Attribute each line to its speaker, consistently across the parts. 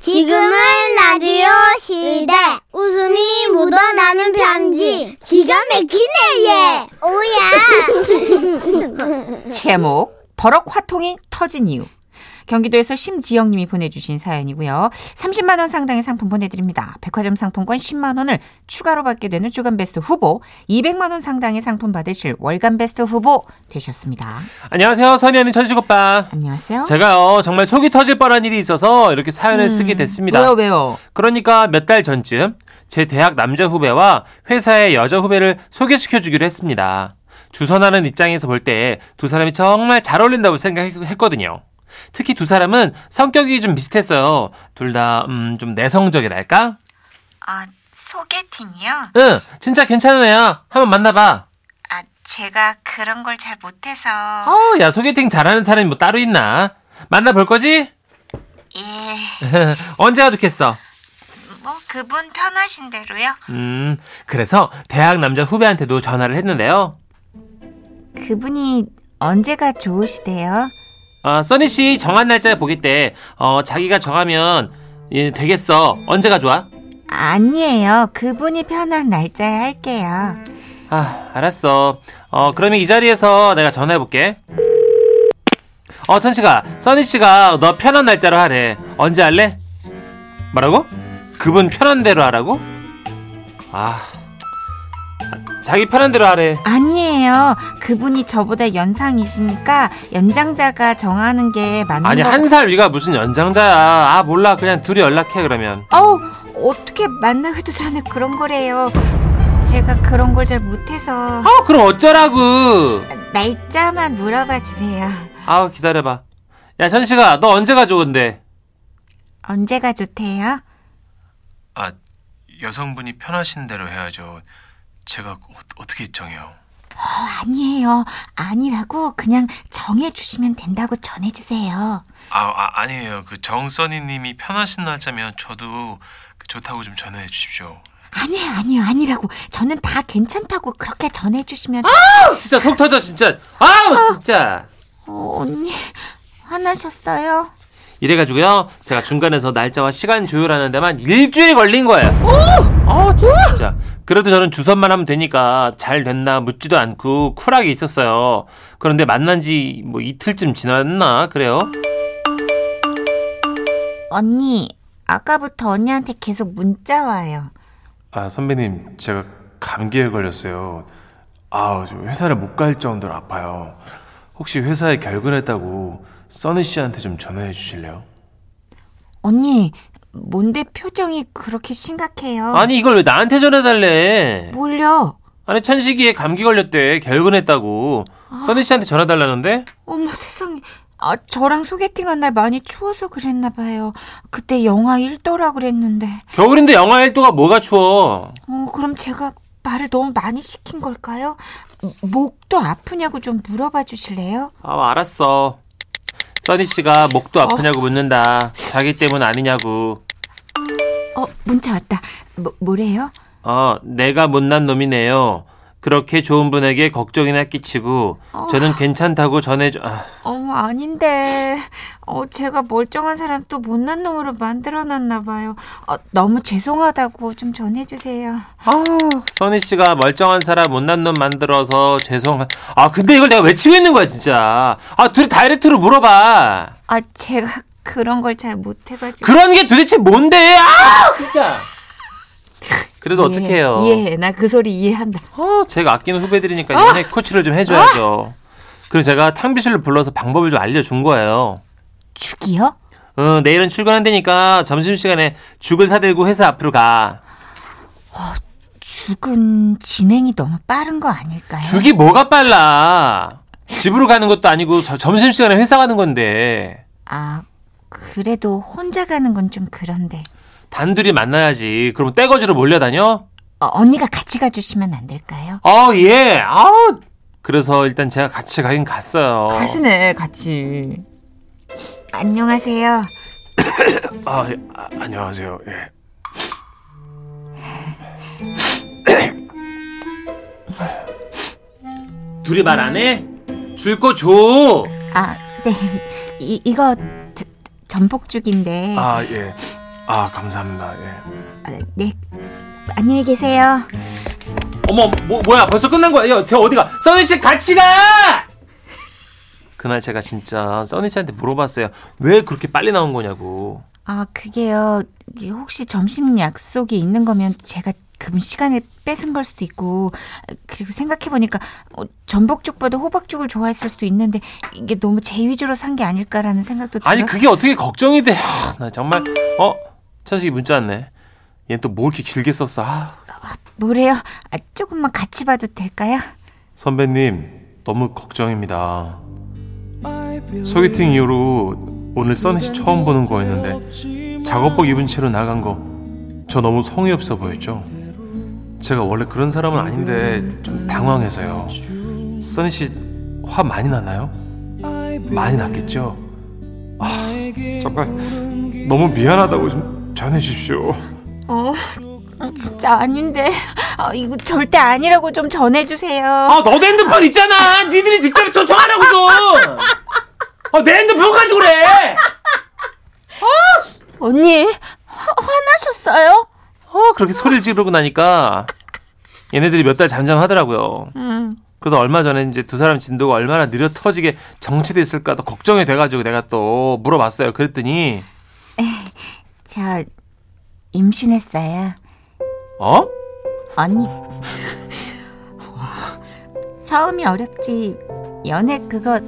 Speaker 1: 지금은 라디오 시대. 웃음이 묻어나는 편지. 기가 막히네, 얘. 오야.
Speaker 2: 제목 버럭 화통이 터진 이유. 경기도에서 심지영 님이 보내주신 사연이고요. 30만 원 상당의 상품 보내드립니다. 백화점 상품권 10만 원을 추가로 받게 되는 주간베스트 후보, 200만 원 상당의 상품 받으실 월간베스트 후보 되셨습니다.
Speaker 3: 안녕하세요. 선희 언니 천식 오빠.
Speaker 2: 안녕하세요.
Speaker 3: 제가요, 정말 속이 터질 뻔한 일이 있어서 이렇게
Speaker 2: 음,
Speaker 3: 사연을 쓰게 됐습니다.
Speaker 2: 왜요 왜요?
Speaker 3: 그러니까 몇 달 전쯤 제 대학 남자 후배와 회사의 여자 후배를 소개시켜 주기로 했습니다. 주선하는 입장에서 볼 때 두 사람이 정말 잘 어울린다고 생각했거든요. 특히 두 사람은 성격이 좀 비슷했어요. 둘 다, 음, 좀 내성적이랄까?
Speaker 4: 아, 소개팅이요?
Speaker 3: 응, 진짜 괜찮은 애야. 한번 만나봐.
Speaker 4: 아, 제가 그런 걸 잘 못해서.
Speaker 3: 어, 야, 소개팅 잘하는 사람이 뭐 따로 있나? 만나볼 거지?
Speaker 4: 예.
Speaker 3: 언제가 좋겠어?
Speaker 4: 뭐, 그분 편하신 대로요?
Speaker 3: 음, 그래서 대학 남자 후배한테도 전화를 했는데요.
Speaker 2: 그분이 언제가 좋으시대요?
Speaker 3: 아, 써니 씨 정한 날짜에 보기 때, 어, 자기가 정하면, 예, 되겠어. 언제가 좋아?
Speaker 2: 아니에요. 그분이 편한 날짜에 할게요.
Speaker 3: 아, 알았어. 어, 그러면 이 자리에서 내가 전화해볼게. 어, 천식아, 써니 씨가 너 편한 날짜로 하래. 언제 할래? 뭐라고? 그분 편한 대로 하라고? 아, 자기 편한 대로 하래.
Speaker 2: 아니에요. 그분이 저보다 연상이시니까 연장자가 정하는 게 맞는
Speaker 3: 아니,
Speaker 2: 거.
Speaker 3: 한 살 위가 무슨 연장자야. 아, 몰라. 그냥 둘이 연락해, 그러면.
Speaker 2: 어우 어떻게 만나기도 전에 그런 거래요. 제가 그런 걸 잘 못해서
Speaker 3: 아, 그럼 어쩌라고!
Speaker 2: 날짜만 물어봐 주세요.
Speaker 3: 아우 기다려봐 야 천식아 너 언제가 좋은데
Speaker 2: 언제가 좋대요?
Speaker 5: 아 여성분이 편하신 대로 해야죠. 제가 어, 어떻게 정해요?
Speaker 2: 아니에요. 아니라고 그냥 정해 주시면 된다고 전해 주세요.
Speaker 5: 아, 아 아니에요. 그 정선이님이 편하신 날짜면 저도 그 좋다고 좀 전해 주십시오.
Speaker 2: 아니에요, 아니요, 아니라고. 저는 다 괜찮다고 그렇게 전해 주시면
Speaker 3: 아우, 진짜 속 터져 진짜 아우 진짜
Speaker 2: 어, 언니 화나셨어요?
Speaker 3: 이래가지고요 제가 중간에서 날짜와 시간 조율하는 데만 일주일이 걸린 거예요 어 진짜 그래도 저는 주선만 하면 되니까 잘 됐나 묻지도 않고 쿨하게 있었어요 그런데 만난 지 뭐 이틀쯤 지났나 그래요
Speaker 2: 언니 아까부터 언니한테 계속 문자 와요.
Speaker 5: 아 선배님 제가 감기에 걸렸어요. 아우 저 회사를 못 갈 정도로 아파요. 혹시 회사에 결근했다고 써니 씨한테 좀 전화해 주실래요?
Speaker 2: 언니 뭔데 표정이 그렇게 심각해요?
Speaker 3: 아니 이걸 왜 나한테 전해달래
Speaker 2: 몰려.
Speaker 3: 아니 천식이에 감기 걸렸대 결근했다고 써니 씨한테 전화 달라는데
Speaker 2: 어머 세상에. 아, 저랑 소개팅한 날 많이 추워서 그랬나 봐요. 그때 영하 1도라 그랬는데.
Speaker 3: 겨울인데 영하 1도가 뭐가 추워
Speaker 2: 어, 그럼 제가 말을 너무 많이 시킨 걸까요? 목도 아프냐고 좀 물어봐 주실래요?
Speaker 3: 아 알았어 써니 씨가 목도 아프냐고 묻는다 자기 때문 아니냐고
Speaker 2: 어, 문자 왔다. 뭐, 뭐래요?
Speaker 3: 어 내가 못난 놈이네요 그렇게 좋은 분에게 걱정이나 끼치고 저는 괜찮다고 전해줘 아,
Speaker 2: 어머, 아닌데. 어, 제가 멀쩡한 사람 또 못난 놈으로 만들어 놨나 봐요. 어, 너무 죄송하다고 좀 전해주세요.
Speaker 3: 써니 씨가 멀쩡한 사람 못난 놈 만들어서 죄송한 아 근데 이걸 내가 외치고 있는 거야 진짜 아 둘이 다이렉트로 물어봐
Speaker 2: 아, 제가 그런 걸 잘 못해가지고.
Speaker 3: 그런 게 도대체 뭔데? 아 진짜. 그래도 어떡해요.
Speaker 2: 예, 나 그 소리 이해한다.
Speaker 3: 어, 제가 아끼는 후배들이니까 연애 코치를 좀 해줘야죠. 그리고 제가 탕비실로 불러서 방법을 좀 알려준 거예요.
Speaker 2: 죽이요?
Speaker 3: 어, 내일은 출근한다니까 점심시간에 죽을 사들고 회사 앞으로 가.
Speaker 2: 죽은 진행이 너무 빠른 거 아닐까요?
Speaker 3: 죽이 뭐가 빨라. 집으로 가는 것도 아니고 저- 점심시간에 회사 가는 건데.
Speaker 2: 아, 그래도 혼자 가는 건 좀 그런데.
Speaker 3: 단둘이 만나야지. 그럼 떼거지로 몰려다녀?
Speaker 2: 어, 언니가 같이 가주시면 안 될까요?
Speaker 3: 어, 예. 아우. 그래서 일단 제가 같이 가긴 갔어요.
Speaker 2: 가시네, 같이. 안녕하세요.
Speaker 5: 아, 예, 아 안녕하세요. 예.
Speaker 3: 둘이 말 안 해? 줄 거 줘.
Speaker 2: 아, 네. 이, 이거 저- 전복죽인데.
Speaker 5: 아 예.
Speaker 3: 아 감사합니다. 예.
Speaker 6: 아, 네. 안녕히 계세요.
Speaker 2: 어머 뭐, 뭐야 벌써 끝난 거야 야, 쟤 어디가 써니씨 같이 가 그날 제가 진짜 써니씨한테 물어봤어요 왜 그렇게 빨리 나온 거냐고
Speaker 6: 아, 그게요. 이게 혹시 점심 약속이 있는 거면 제가 그 시간을 뺏은 걸 수도 있고 그리고 생각해 보니까 어, 전복죽보다 호박죽을 좋아했을 수도 있는데 이게 너무 제 위주로 산 게 아닐까라는 생각도 들어요.
Speaker 2: 아니 그게 어떻게 걱정이 돼. 하, 나 정말 어 천식이 문자 왔네. 얜 또 뭘 이렇게 길게 썼어. 아,
Speaker 6: 뭐래요? 아, 조금만 같이 봐도 될까요?
Speaker 3: 선배님 너무 걱정입니다. 소개팅 이후로 오늘 써니 씨 처음 보는 거였는데 작업복 입은 채로 나간 거 저 너무 성의 없어 보였죠. 제가 원래 그런 사람은 아닌데 좀 당황해서요. 써니 씨 화 많이 났나요? 많이 났겠죠. 아 정말 너무 미안하다고 좀 전해주십시오.
Speaker 6: 어, 진짜 아닌데. 아, 이거 절대 아니라고 좀 전해주세요.
Speaker 2: 아 너도 핸드폰 있잖아. 니들이 직접 소통하라고도. 아내 핸드폰 가지고 그래.
Speaker 6: 언니, 화, 화나셨어요?
Speaker 2: 어 그렇게 소리를 지르고 나니까 얘네들이 몇 달 잠잠하더라고요.
Speaker 6: 음.
Speaker 2: 그래도 얼마 전에 이제 두 사람 진도가 얼마나 느려 터지게 정체돼 있을까 또 걱정이 돼가지고 내가 또 물어봤어요. 그랬더니
Speaker 6: 저 임신했어요.
Speaker 2: 어?
Speaker 6: 언니. 처음이 어렵지. 연애 그거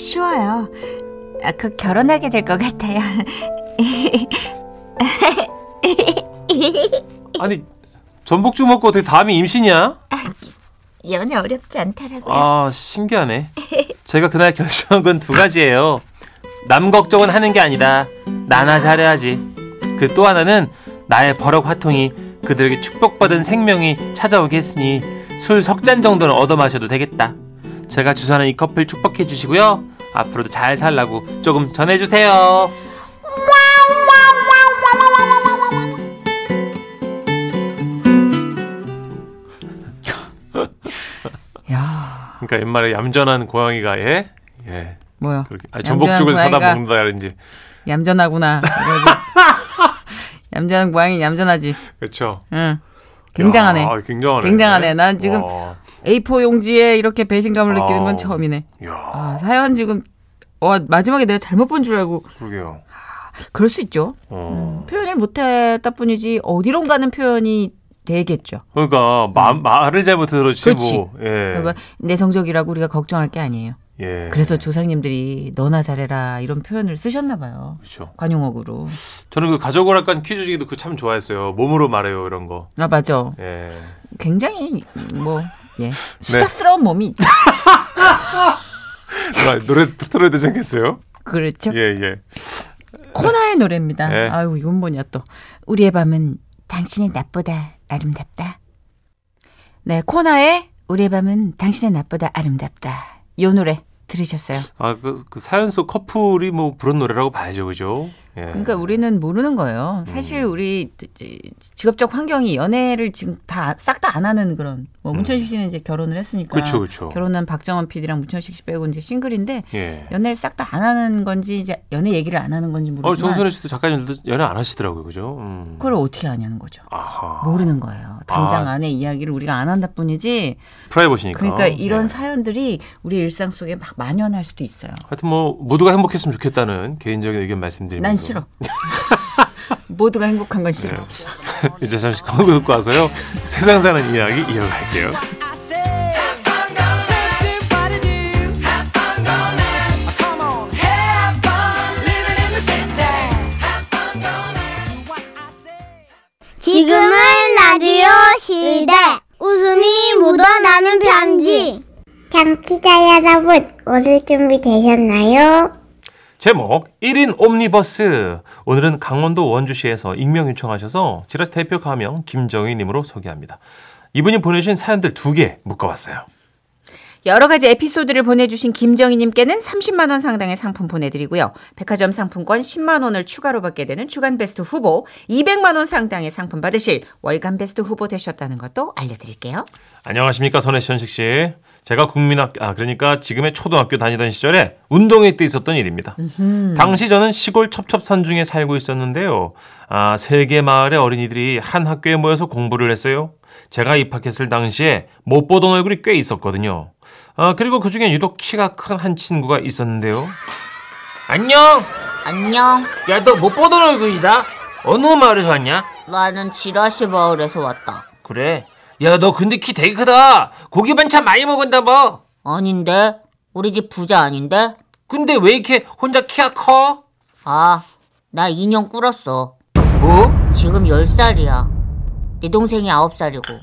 Speaker 6: 쉬워요. 아, 그 결혼하게 될 것 같아요.
Speaker 2: 아니 전복죽 먹고 어떻게 다음이 임신이야?
Speaker 6: 연애 어렵지 않더라고요.
Speaker 2: 아 신기하네. 제가 그날 결정한 건 두 가지예요. 남 걱정은 하는 게 아니라 나나 잘해야지. 그 또 하나는 나의 버럭 화통이 그들에게 축복받은 생명이 찾아오게 했으니 술 석 잔 정도는 얻어 마셔도 되겠다. 제가 주선한 이 커플 축복해 주시고요. 앞으로도 잘 살라고 조금 전해주세요.
Speaker 6: 야,
Speaker 3: 그러니까 옛말에 얌전한 고양이가 예 예.
Speaker 6: 뭐야?
Speaker 3: 그렇게 아 전복죽을 사다 먹는다든지
Speaker 6: 얌전하구나. 얌전한 고양이 얌전하지.
Speaker 3: 그렇죠.
Speaker 6: 응.
Speaker 3: 야, 아, 굉장하네. 아,
Speaker 6: 굉장하네. 난 지금
Speaker 3: 와,
Speaker 6: A4 용지에 이렇게 배신감을
Speaker 3: 느끼는 건 아우. 처음이네. 야,
Speaker 6: 아, 사연 지금 와, 마지막에 내가 잘못 본 줄 알고
Speaker 3: 그러게요.
Speaker 6: 그럴 수 있죠.
Speaker 3: 어.
Speaker 6: 표현을 못했다 뿐이지 어디론가는 표현이 되겠죠.
Speaker 3: 그러니까 마, 말을 잘못 들었지
Speaker 6: 음. 그렇지.
Speaker 3: 뭐. 예.
Speaker 6: 그러니까 내성적이라고 우리가 걱정할 게 아니에요.
Speaker 3: 예.
Speaker 6: 그래서 조상님들이 너나 잘해라 이런 표현을 쓰셨나 봐요.
Speaker 3: 그렇죠. 관용어로.
Speaker 6: 관용어구로.
Speaker 3: 저는 그 가족을 약간 퀴즈 중에도 그 참 좋아했어요. 몸으로 말해요 이런 거.
Speaker 6: 아 맞아.
Speaker 3: 예.
Speaker 6: 굉장히 뭐
Speaker 3: 네.
Speaker 6: 예. 수다스러운 몸이 있죠.
Speaker 3: 아, 노래 틀어야 되지 않겠어요?
Speaker 6: 그렇죠.
Speaker 3: 예 예.
Speaker 6: 코나의 노래입니다.
Speaker 3: 예.
Speaker 6: 아유 이건 뭐냐 또. 우리의 밤은 당신의 낮보다 아름답다. 네 코나의 우리의 밤은 당신의 낮보다 아름답다. 요 노래 들으셨어요.
Speaker 3: 아그 그 사연 속 커플이 뭐 부른 노래라고 봐야죠, 그죠? 예.
Speaker 6: 그러니까 우리는 모르는 거예요.
Speaker 3: 음.
Speaker 6: 사실 우리 직업적 환경이 연애를 지금 다 싹 다 안 하는 그런. 뭐 문천식 씨는 이제 결혼을 했으니까.
Speaker 3: 음. 그쵸, 그쵸.
Speaker 6: 결혼한 박정원 PD랑 문천식 씨 빼고 이제 싱글인데
Speaker 3: 예.
Speaker 6: 연애를 싹 다 안 하는 건지 이제 연애 얘기를 안 하는 건지
Speaker 3: 어
Speaker 6: 모르지만
Speaker 3: 정선혜 씨도 작가님들도 연애 안 하시더라고요, 그죠? 음.
Speaker 6: 그걸 어떻게 아냐는 거죠.
Speaker 3: 아하.
Speaker 6: 모르는 거예요. 당장
Speaker 3: 아.
Speaker 6: 안에 이야기를 우리가 안 한다 뿐이지.
Speaker 3: 프라이버시니까.
Speaker 6: 그러니까 이런
Speaker 3: 예.
Speaker 6: 사연들이 우리 일상 속에 막 만연할 수도 있어요.
Speaker 3: 하여튼 뭐 모두가 행복했으면 좋겠다는 개인적인 의견 말씀드립니다.
Speaker 6: 난 싫어. 모두가 행복한 건 싫어.
Speaker 3: 이제 잠시 광고 듣고 와서요. 세상 사는 이야기 이어갈게요.
Speaker 1: 지금은 라디오 시대. 웃음이 묻어나는 편지.
Speaker 7: 참기자 여러분, 오늘 준비 되셨나요?
Speaker 3: 제목 1인 옴니버스. 오늘은 강원도 원주시에서 익명 요청하셔서 지라스 대표 가명 김정희 님으로 소개합니다. 이분이 보내주신 사연들 두 개 묶어봤어요.
Speaker 6: 여러 가지 에피소드를 보내주신 김정희님께는 30만 원 상당의 상품 보내드리고요. 백화점 상품권 10만 원을 추가로 받게 되는 주간 베스트 후보, 200만 원 상당의 상품 받으실 월간 베스트 후보 되셨다는 것도 알려드릴게요.
Speaker 3: 안녕하십니까 선혜 씨, 현식 씨. 제가 국민학교, 아, 그러니까 지금의 초등학교 다니던 시절에 운동회 때 있었던 일입니다. 당시 저는 시골 첩첩산 중에 살고 있었는데요. 아, 세개 마을의 어린이들이 한 학교에 모여서 공부를 했어요. 제가 입학했을 당시에 못 보던 얼굴이 꽤 있었거든요. 아, 그리고 그 중에 유독 키가 큰 한 친구가 있었는데요. 안녕!
Speaker 2: 안녕.
Speaker 8: 야, 너 못 보던 얼굴이다. 어느 마을에서 왔냐?
Speaker 2: 나는 지라시 마을에서 왔다.
Speaker 8: 그래. 야, 너 근데 키 되게 크다. 고기 반찬 많이 먹은다 뭐.
Speaker 2: 아닌데? 우리 집 부자 아닌데?
Speaker 8: 근데 왜 이렇게 혼자 키가 커?
Speaker 2: 아, 나 인형 꿇었어.
Speaker 8: 뭐?
Speaker 2: 지금 10살이야. 내 동생이 9살이고.
Speaker 8: 어.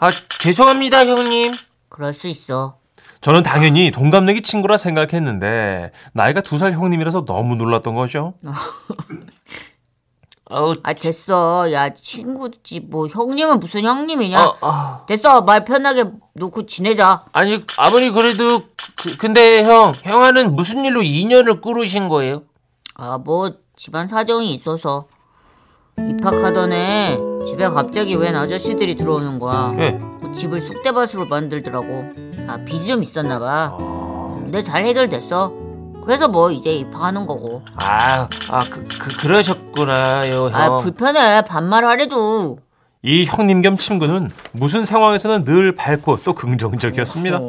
Speaker 8: 아, 죄송합니다, 형님.
Speaker 2: 그럴 수 있어.
Speaker 3: 저는 당연히 동갑내기 친구라 생각했는데, 나이가 두 살 형님이라서 너무 놀랐던 거죠.
Speaker 8: 어,
Speaker 2: 아, 됐어. 야, 친구지. 뭐, 형님은 무슨 형님이냐?
Speaker 8: 어, 어.
Speaker 2: 됐어. 말 편하게 놓고 지내자.
Speaker 8: 아니, 아무리 그래도 그, 근데 형, 형아는 무슨 일로 인연을 꾸르신 거예요?
Speaker 2: 아, 뭐, 집안 사정이 있어서. 입학하던 애, 집에 갑자기 웬 아저씨들이 들어오는 거야.
Speaker 3: 예.
Speaker 2: 뭐 집을 쑥대밭으로 만들더라고. 아, 빚이 좀 있었나 봐. 근데 잘 해결됐어. 그래서 뭐 이제 입학하는 거고.
Speaker 8: 아, 아, 그, 그 그러셨구나요, 형.
Speaker 9: 어.
Speaker 2: 아, 불편해. 반말하래도.
Speaker 3: 이 형님 겸 친구는 무슨 상황에서는 늘 밝고 또 긍정적이었습니다.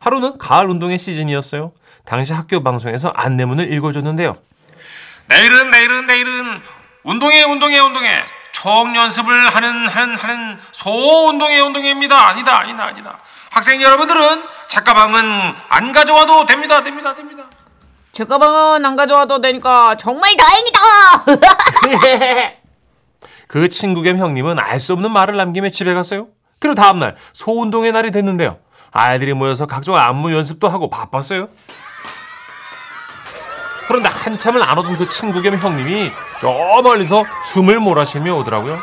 Speaker 3: 하루는 가을 운동회 시즌이었어요. 당시 학교 방송에서 안내문을 읽어줬는데요.
Speaker 5: 내일은 내일은 내일은 운동회 운동회 운동회 총 연습을 하는 하는 하는 소 운동회 운동회입니다. 아니다 아니다 아니다. 학생 여러분들은 작가방은 안 가져와도 됩니다 됩니다 됩니다.
Speaker 2: 제 가방은 안 가져와도 되니까 정말 다행이다!
Speaker 3: 그 친구 겸 형님은 알 수 없는 말을 남기며 집에 갔어요. 그리고 다음날 소운동의 날이 됐는데요. 아이들이 모여서 각종 안무 연습도 하고 바빴어요. 그런데 한참을 안 오던 그 친구 겸 형님이 저 멀리서 숨을 몰아쉬며 오더라고요.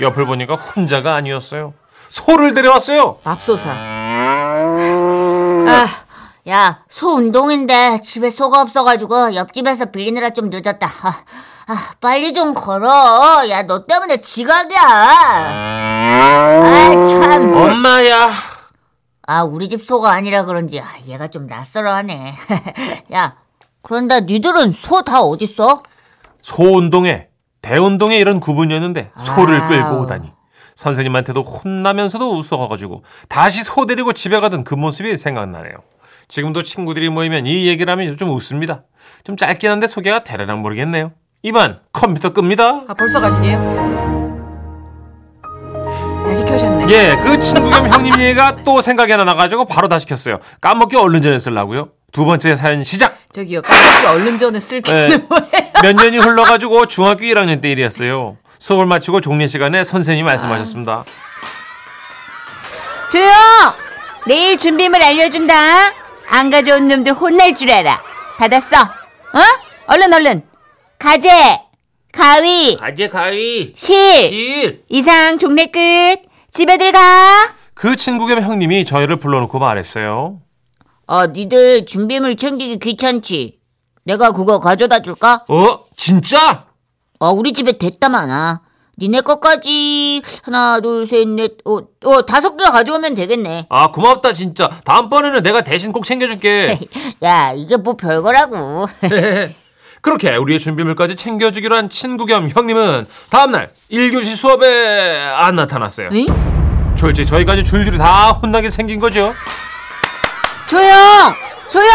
Speaker 3: 옆을 보니까 혼자가 아니었어요. 소를 데려왔어요.
Speaker 9: 맙소사.
Speaker 2: 아, 야, 소 운동인데 집에 소가 없어가지고 옆집에서 빌리느라 좀 늦었다. 아, 아, 빨리 좀 걸어. 야, 너 때문에 지각이야. 아, 참.
Speaker 8: 엄마야.
Speaker 2: 아, 우리 집 소가 아니라 그런지 아, 얘가 좀 낯설어하네. 야, 그런데 니들은 소 다 어딨어?
Speaker 3: 소운동회, 대운동회 이런 구분이었는데 소를
Speaker 2: 아우.
Speaker 3: 끌고 오다니. 선생님한테도 혼나면서도 웃어가지고 다시 소 데리고 집에 가던 그 모습이 생각나네요. 지금도 친구들이 모이면 이 얘기를 하면 좀 웃습니다. 좀 짧긴 한데 소개가 되려나 모르겠네요. 이만 컴퓨터 끕니다.
Speaker 6: 아 벌써 가시게요? 다시 켜셨네.
Speaker 3: 예, 그 친구 겸 형님 얘가 또 생각이 하나 나가지고 바로 다 시켰어요. 까먹기 얼른 전에 쓰려고요. 두 번째 사연 시작!
Speaker 6: 저기요 깜짝이 얼른 전에 쓸게.
Speaker 3: 네. 몇 년이 흘러가지고 중학교 1학년 때 일이었어요. 수업을 마치고 종례 시간에 선생님이 말씀하셨습니다.
Speaker 6: 조용. 내일 준비물 알려준다. 안 가져온 놈들 혼날 줄 알아. 받았어. 어? 얼른 얼른. 가재, 가위,
Speaker 8: 아, 가재 가위.
Speaker 6: 실.
Speaker 8: 일.
Speaker 6: 이상 종례 끝. 집에 들가.
Speaker 3: 그 친구 겸 형님이 저희를 불러놓고 말했어요.
Speaker 2: 아, 니들 준비물 챙기기 귀찮지? 내가 그거 가져다 줄까?
Speaker 3: 어? 진짜?
Speaker 2: 아, 우리 집에 됐다 많아. 니네 것까지 하나, 둘, 셋, 넷, 어, 어 다섯 개 가져오면 되겠네.
Speaker 8: 아, 고맙다 진짜. 다음번에는 내가 대신 꼭 챙겨줄게.
Speaker 2: 야, 이게 뭐 별거라고.
Speaker 3: 그렇게 우리의 준비물까지 챙겨주기로 한 친구 겸 형님은 다음날 1교시 수업에 안 나타났어요. 졸지 저희까지 줄줄이 다 혼나게 생긴 거죠.
Speaker 6: 조용, 조용.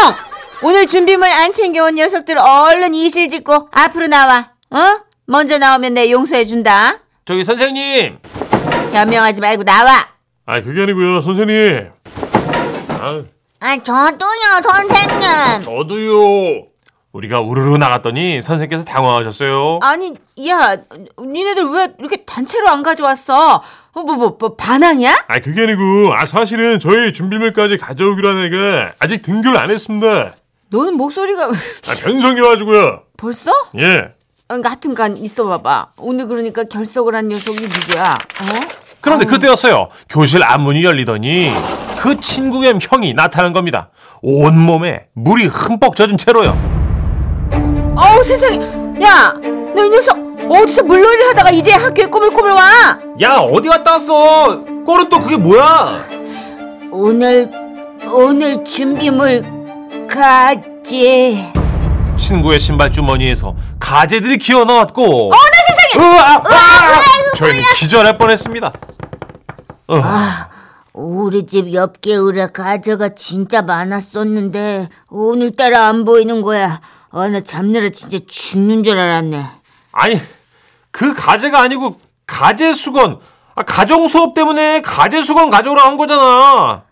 Speaker 6: 오늘 준비물 안 챙겨온 녀석들 얼른 이실 짓고 앞으로 나와. 어? 먼저 나오면 내 용서해준다.
Speaker 8: 저기 선생님.
Speaker 6: 변명하지 말고 나와.
Speaker 3: 아 그게 아니고요 선생님.
Speaker 2: 아, 저도요, 선생님.
Speaker 3: 저도요. 우리가 우르르 나갔더니 선생님께서 당황하셨어요.
Speaker 6: 아니, 야, 니네들 왜 이렇게 단체로 안 가져왔어? 어, 뭐, 뭐, 뭐, 반항이야?
Speaker 3: 아 그게 아니고 아 사실은 저희 준비물까지 가져오기로 한 애가 아직 등교를 안 했습니다.
Speaker 6: 너는 목소리가
Speaker 3: 아 변성이가지고요.
Speaker 6: 벌써?
Speaker 3: 예.
Speaker 6: 어, 하여튼간 있어 봐봐. 오늘 그러니까 결석을 한 녀석이 누구야? 어?
Speaker 3: 그런데 그때였어요. 교실 앞문이 열리더니 그 친구의 형이 나타난 겁니다. 온몸에 물이 흠뻑 젖은 채로요.
Speaker 6: 어우, 세상에. 야, 너 이 녀석 어디서 물놀이를 하다가 이제 학교에 꾸물꾸물 와?
Speaker 8: 야, 어디 갔다 왔어? 꼴은 또 그게 뭐야?
Speaker 2: 오늘
Speaker 10: 오늘 준비물 가지.
Speaker 3: 친구의 신발 주머니에서 가재들이 기어 넣었고 아!
Speaker 10: 세상에!
Speaker 3: 저희는 기절할 뻔했습니다. 어.
Speaker 10: 아.
Speaker 11: 우리 집 옆개울에 가재가 진짜 많았었는데 오늘따라 안 보이는 거야. 아, 나 잡느라 진짜 죽는 줄 알았네.
Speaker 3: 아니 그 가재가 아니고 가재 수건 아, 가정 수업 때문에 가재 수건 가져오라 한 거잖아.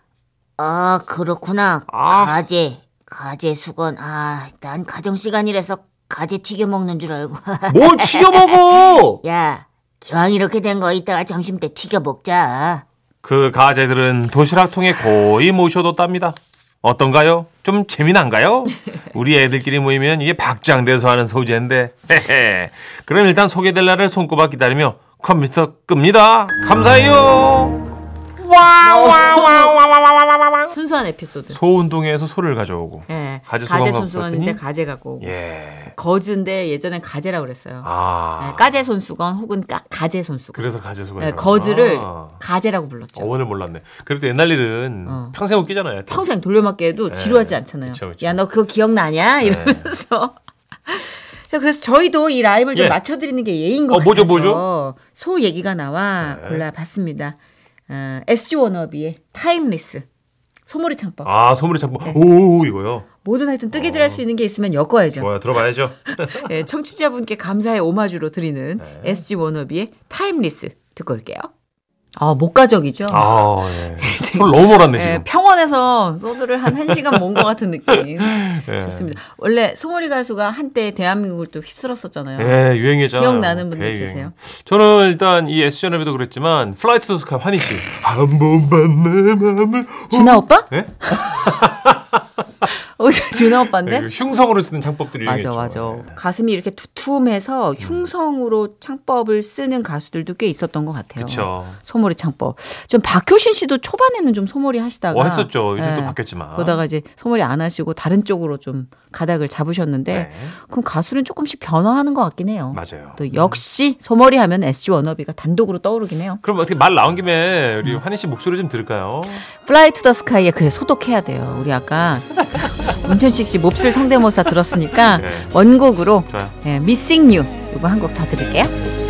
Speaker 11: 아, 그렇구나.
Speaker 3: 아.
Speaker 11: 가재, 가재 수건. 아, 난 가정 시간이라서 가재 튀겨 먹는 줄 알고.
Speaker 3: 뭘 튀겨 먹어?
Speaker 11: 야, 기왕 이렇게 된 거 이따가 점심 때 튀겨 먹자.
Speaker 3: 그 가재들은 도시락통에 고이 모셔뒀답니다. 어떤가요? 좀 재미난가요? 우리 애들끼리 모이면 이게 박장대소 하는 소재인데. 헤헤. 그럼 일단 소개될 날을 손꼽아 기다리며 컴퓨터 끕니다. 감사해요.
Speaker 6: 순수한 에피소드.
Speaker 3: 소운동회에서 소를 가져오고.
Speaker 6: 예.
Speaker 3: 가재
Speaker 6: 가재,
Speaker 3: 수건 갖고
Speaker 6: 손수건인데
Speaker 3: 왔더니?
Speaker 6: 가재 갖고 오고.
Speaker 3: 예.
Speaker 6: 거즈인데 예전엔 가재라고 그랬어요.
Speaker 3: 아.
Speaker 6: 예, 까재 손수건 혹은 까, 가재 손수건.
Speaker 3: 그래서 가재 수건.
Speaker 6: 예, 거즈를
Speaker 3: 아.
Speaker 6: 가재라고 불렀죠.
Speaker 3: 어원을 몰랐네. 그래도 옛날 일은
Speaker 6: 어.
Speaker 3: 평생 웃기잖아요.
Speaker 6: 평생 돌려막기 해도 지루하지
Speaker 3: 예,
Speaker 6: 않잖아요.
Speaker 3: 그쵸, 예. 그쵸.
Speaker 6: 야, 너 그거 기억나냐? 이러면서. 자, 그래서 저희도 이 라임을 좀
Speaker 3: 예.
Speaker 6: 맞춰드리는 게 예인 것
Speaker 3: 어, 뭐죠,
Speaker 6: 같아서
Speaker 3: 뭐죠? 네.
Speaker 6: 소 얘기가 나와 골라봤습니다. 어, SG 워너비의 타임리스 소몰이 창법.
Speaker 3: 아, 어. 소문이 자꾸
Speaker 6: 네.
Speaker 3: 오 이거요.
Speaker 6: 뭐든 하여튼 뜨개질할 수 있는 게 있으면 엮어야죠.
Speaker 3: 뭐야 들어봐야죠.
Speaker 6: 예, 청취자분께 감사의 오마주로 드리는
Speaker 3: 네.
Speaker 6: SG 워너비의 타임리스 듣고 올게요. 아, 목가적이죠.
Speaker 3: 아, 예. 소를 너무 몰았네
Speaker 6: 예,
Speaker 3: 지금.
Speaker 6: 평원에서 소드를 한 1시간 모은 것 같은 느낌.
Speaker 3: 예.
Speaker 6: 좋습니다. 원래 소머리 가수가 한때 대한민국을 또 휩쓸었었잖아요.
Speaker 3: 예, 유행이었잖아요.
Speaker 6: 기억나는 분들
Speaker 3: 대유행.
Speaker 6: 계세요?
Speaker 3: 저는 일단 이 S 전에도 그랬지만 플라이트 투 스카 환희 씨. 한 번만 내 마음을
Speaker 6: 준하 오빠?
Speaker 3: 예?
Speaker 6: 어, 저 준하 오빠인데?
Speaker 3: 그 흉성으로 쓰는 창법들이
Speaker 6: 맞아,
Speaker 3: 유행했죠. 음.
Speaker 6: 맞아.
Speaker 3: 예.
Speaker 6: 가슴이 이렇게 두툼해서 흉성으로 창법을 쓰는 가수들도 꽤 있었던 것 같아요.
Speaker 3: 그쵸.
Speaker 6: 소머리 창법. 좀 박효신 씨도 초반에는 좀 소머리 하시다가
Speaker 3: 어, 했었죠. 요즘 또
Speaker 6: 예.
Speaker 3: 바뀌었지만.
Speaker 6: 그러다가 이제 소머리 안 하시고 다른 쪽으로 좀 가닥을 잡으셨는데
Speaker 3: 네.
Speaker 6: 그럼 가수는 조금씩 변화하는 것 같긴 해요.
Speaker 3: 맞아요.
Speaker 6: 또 역시 소머리 하면 SG 워너비가 단독으로 떠오르긴 해요.
Speaker 3: 그럼 어떻게 말
Speaker 6: 네.
Speaker 3: 나온 김에 우리 환희 씨 목소리 좀 들을까요?
Speaker 6: 플라이 투 더 스카이에 그래 소독해야 돼요. 우리 아까 문천식 씨 몹쓸 성대모사 들었으니까
Speaker 3: 네.
Speaker 6: 원곡으로
Speaker 3: 좋아요.
Speaker 6: 예, 미싱 유 이거 한 곡 더 들을게요.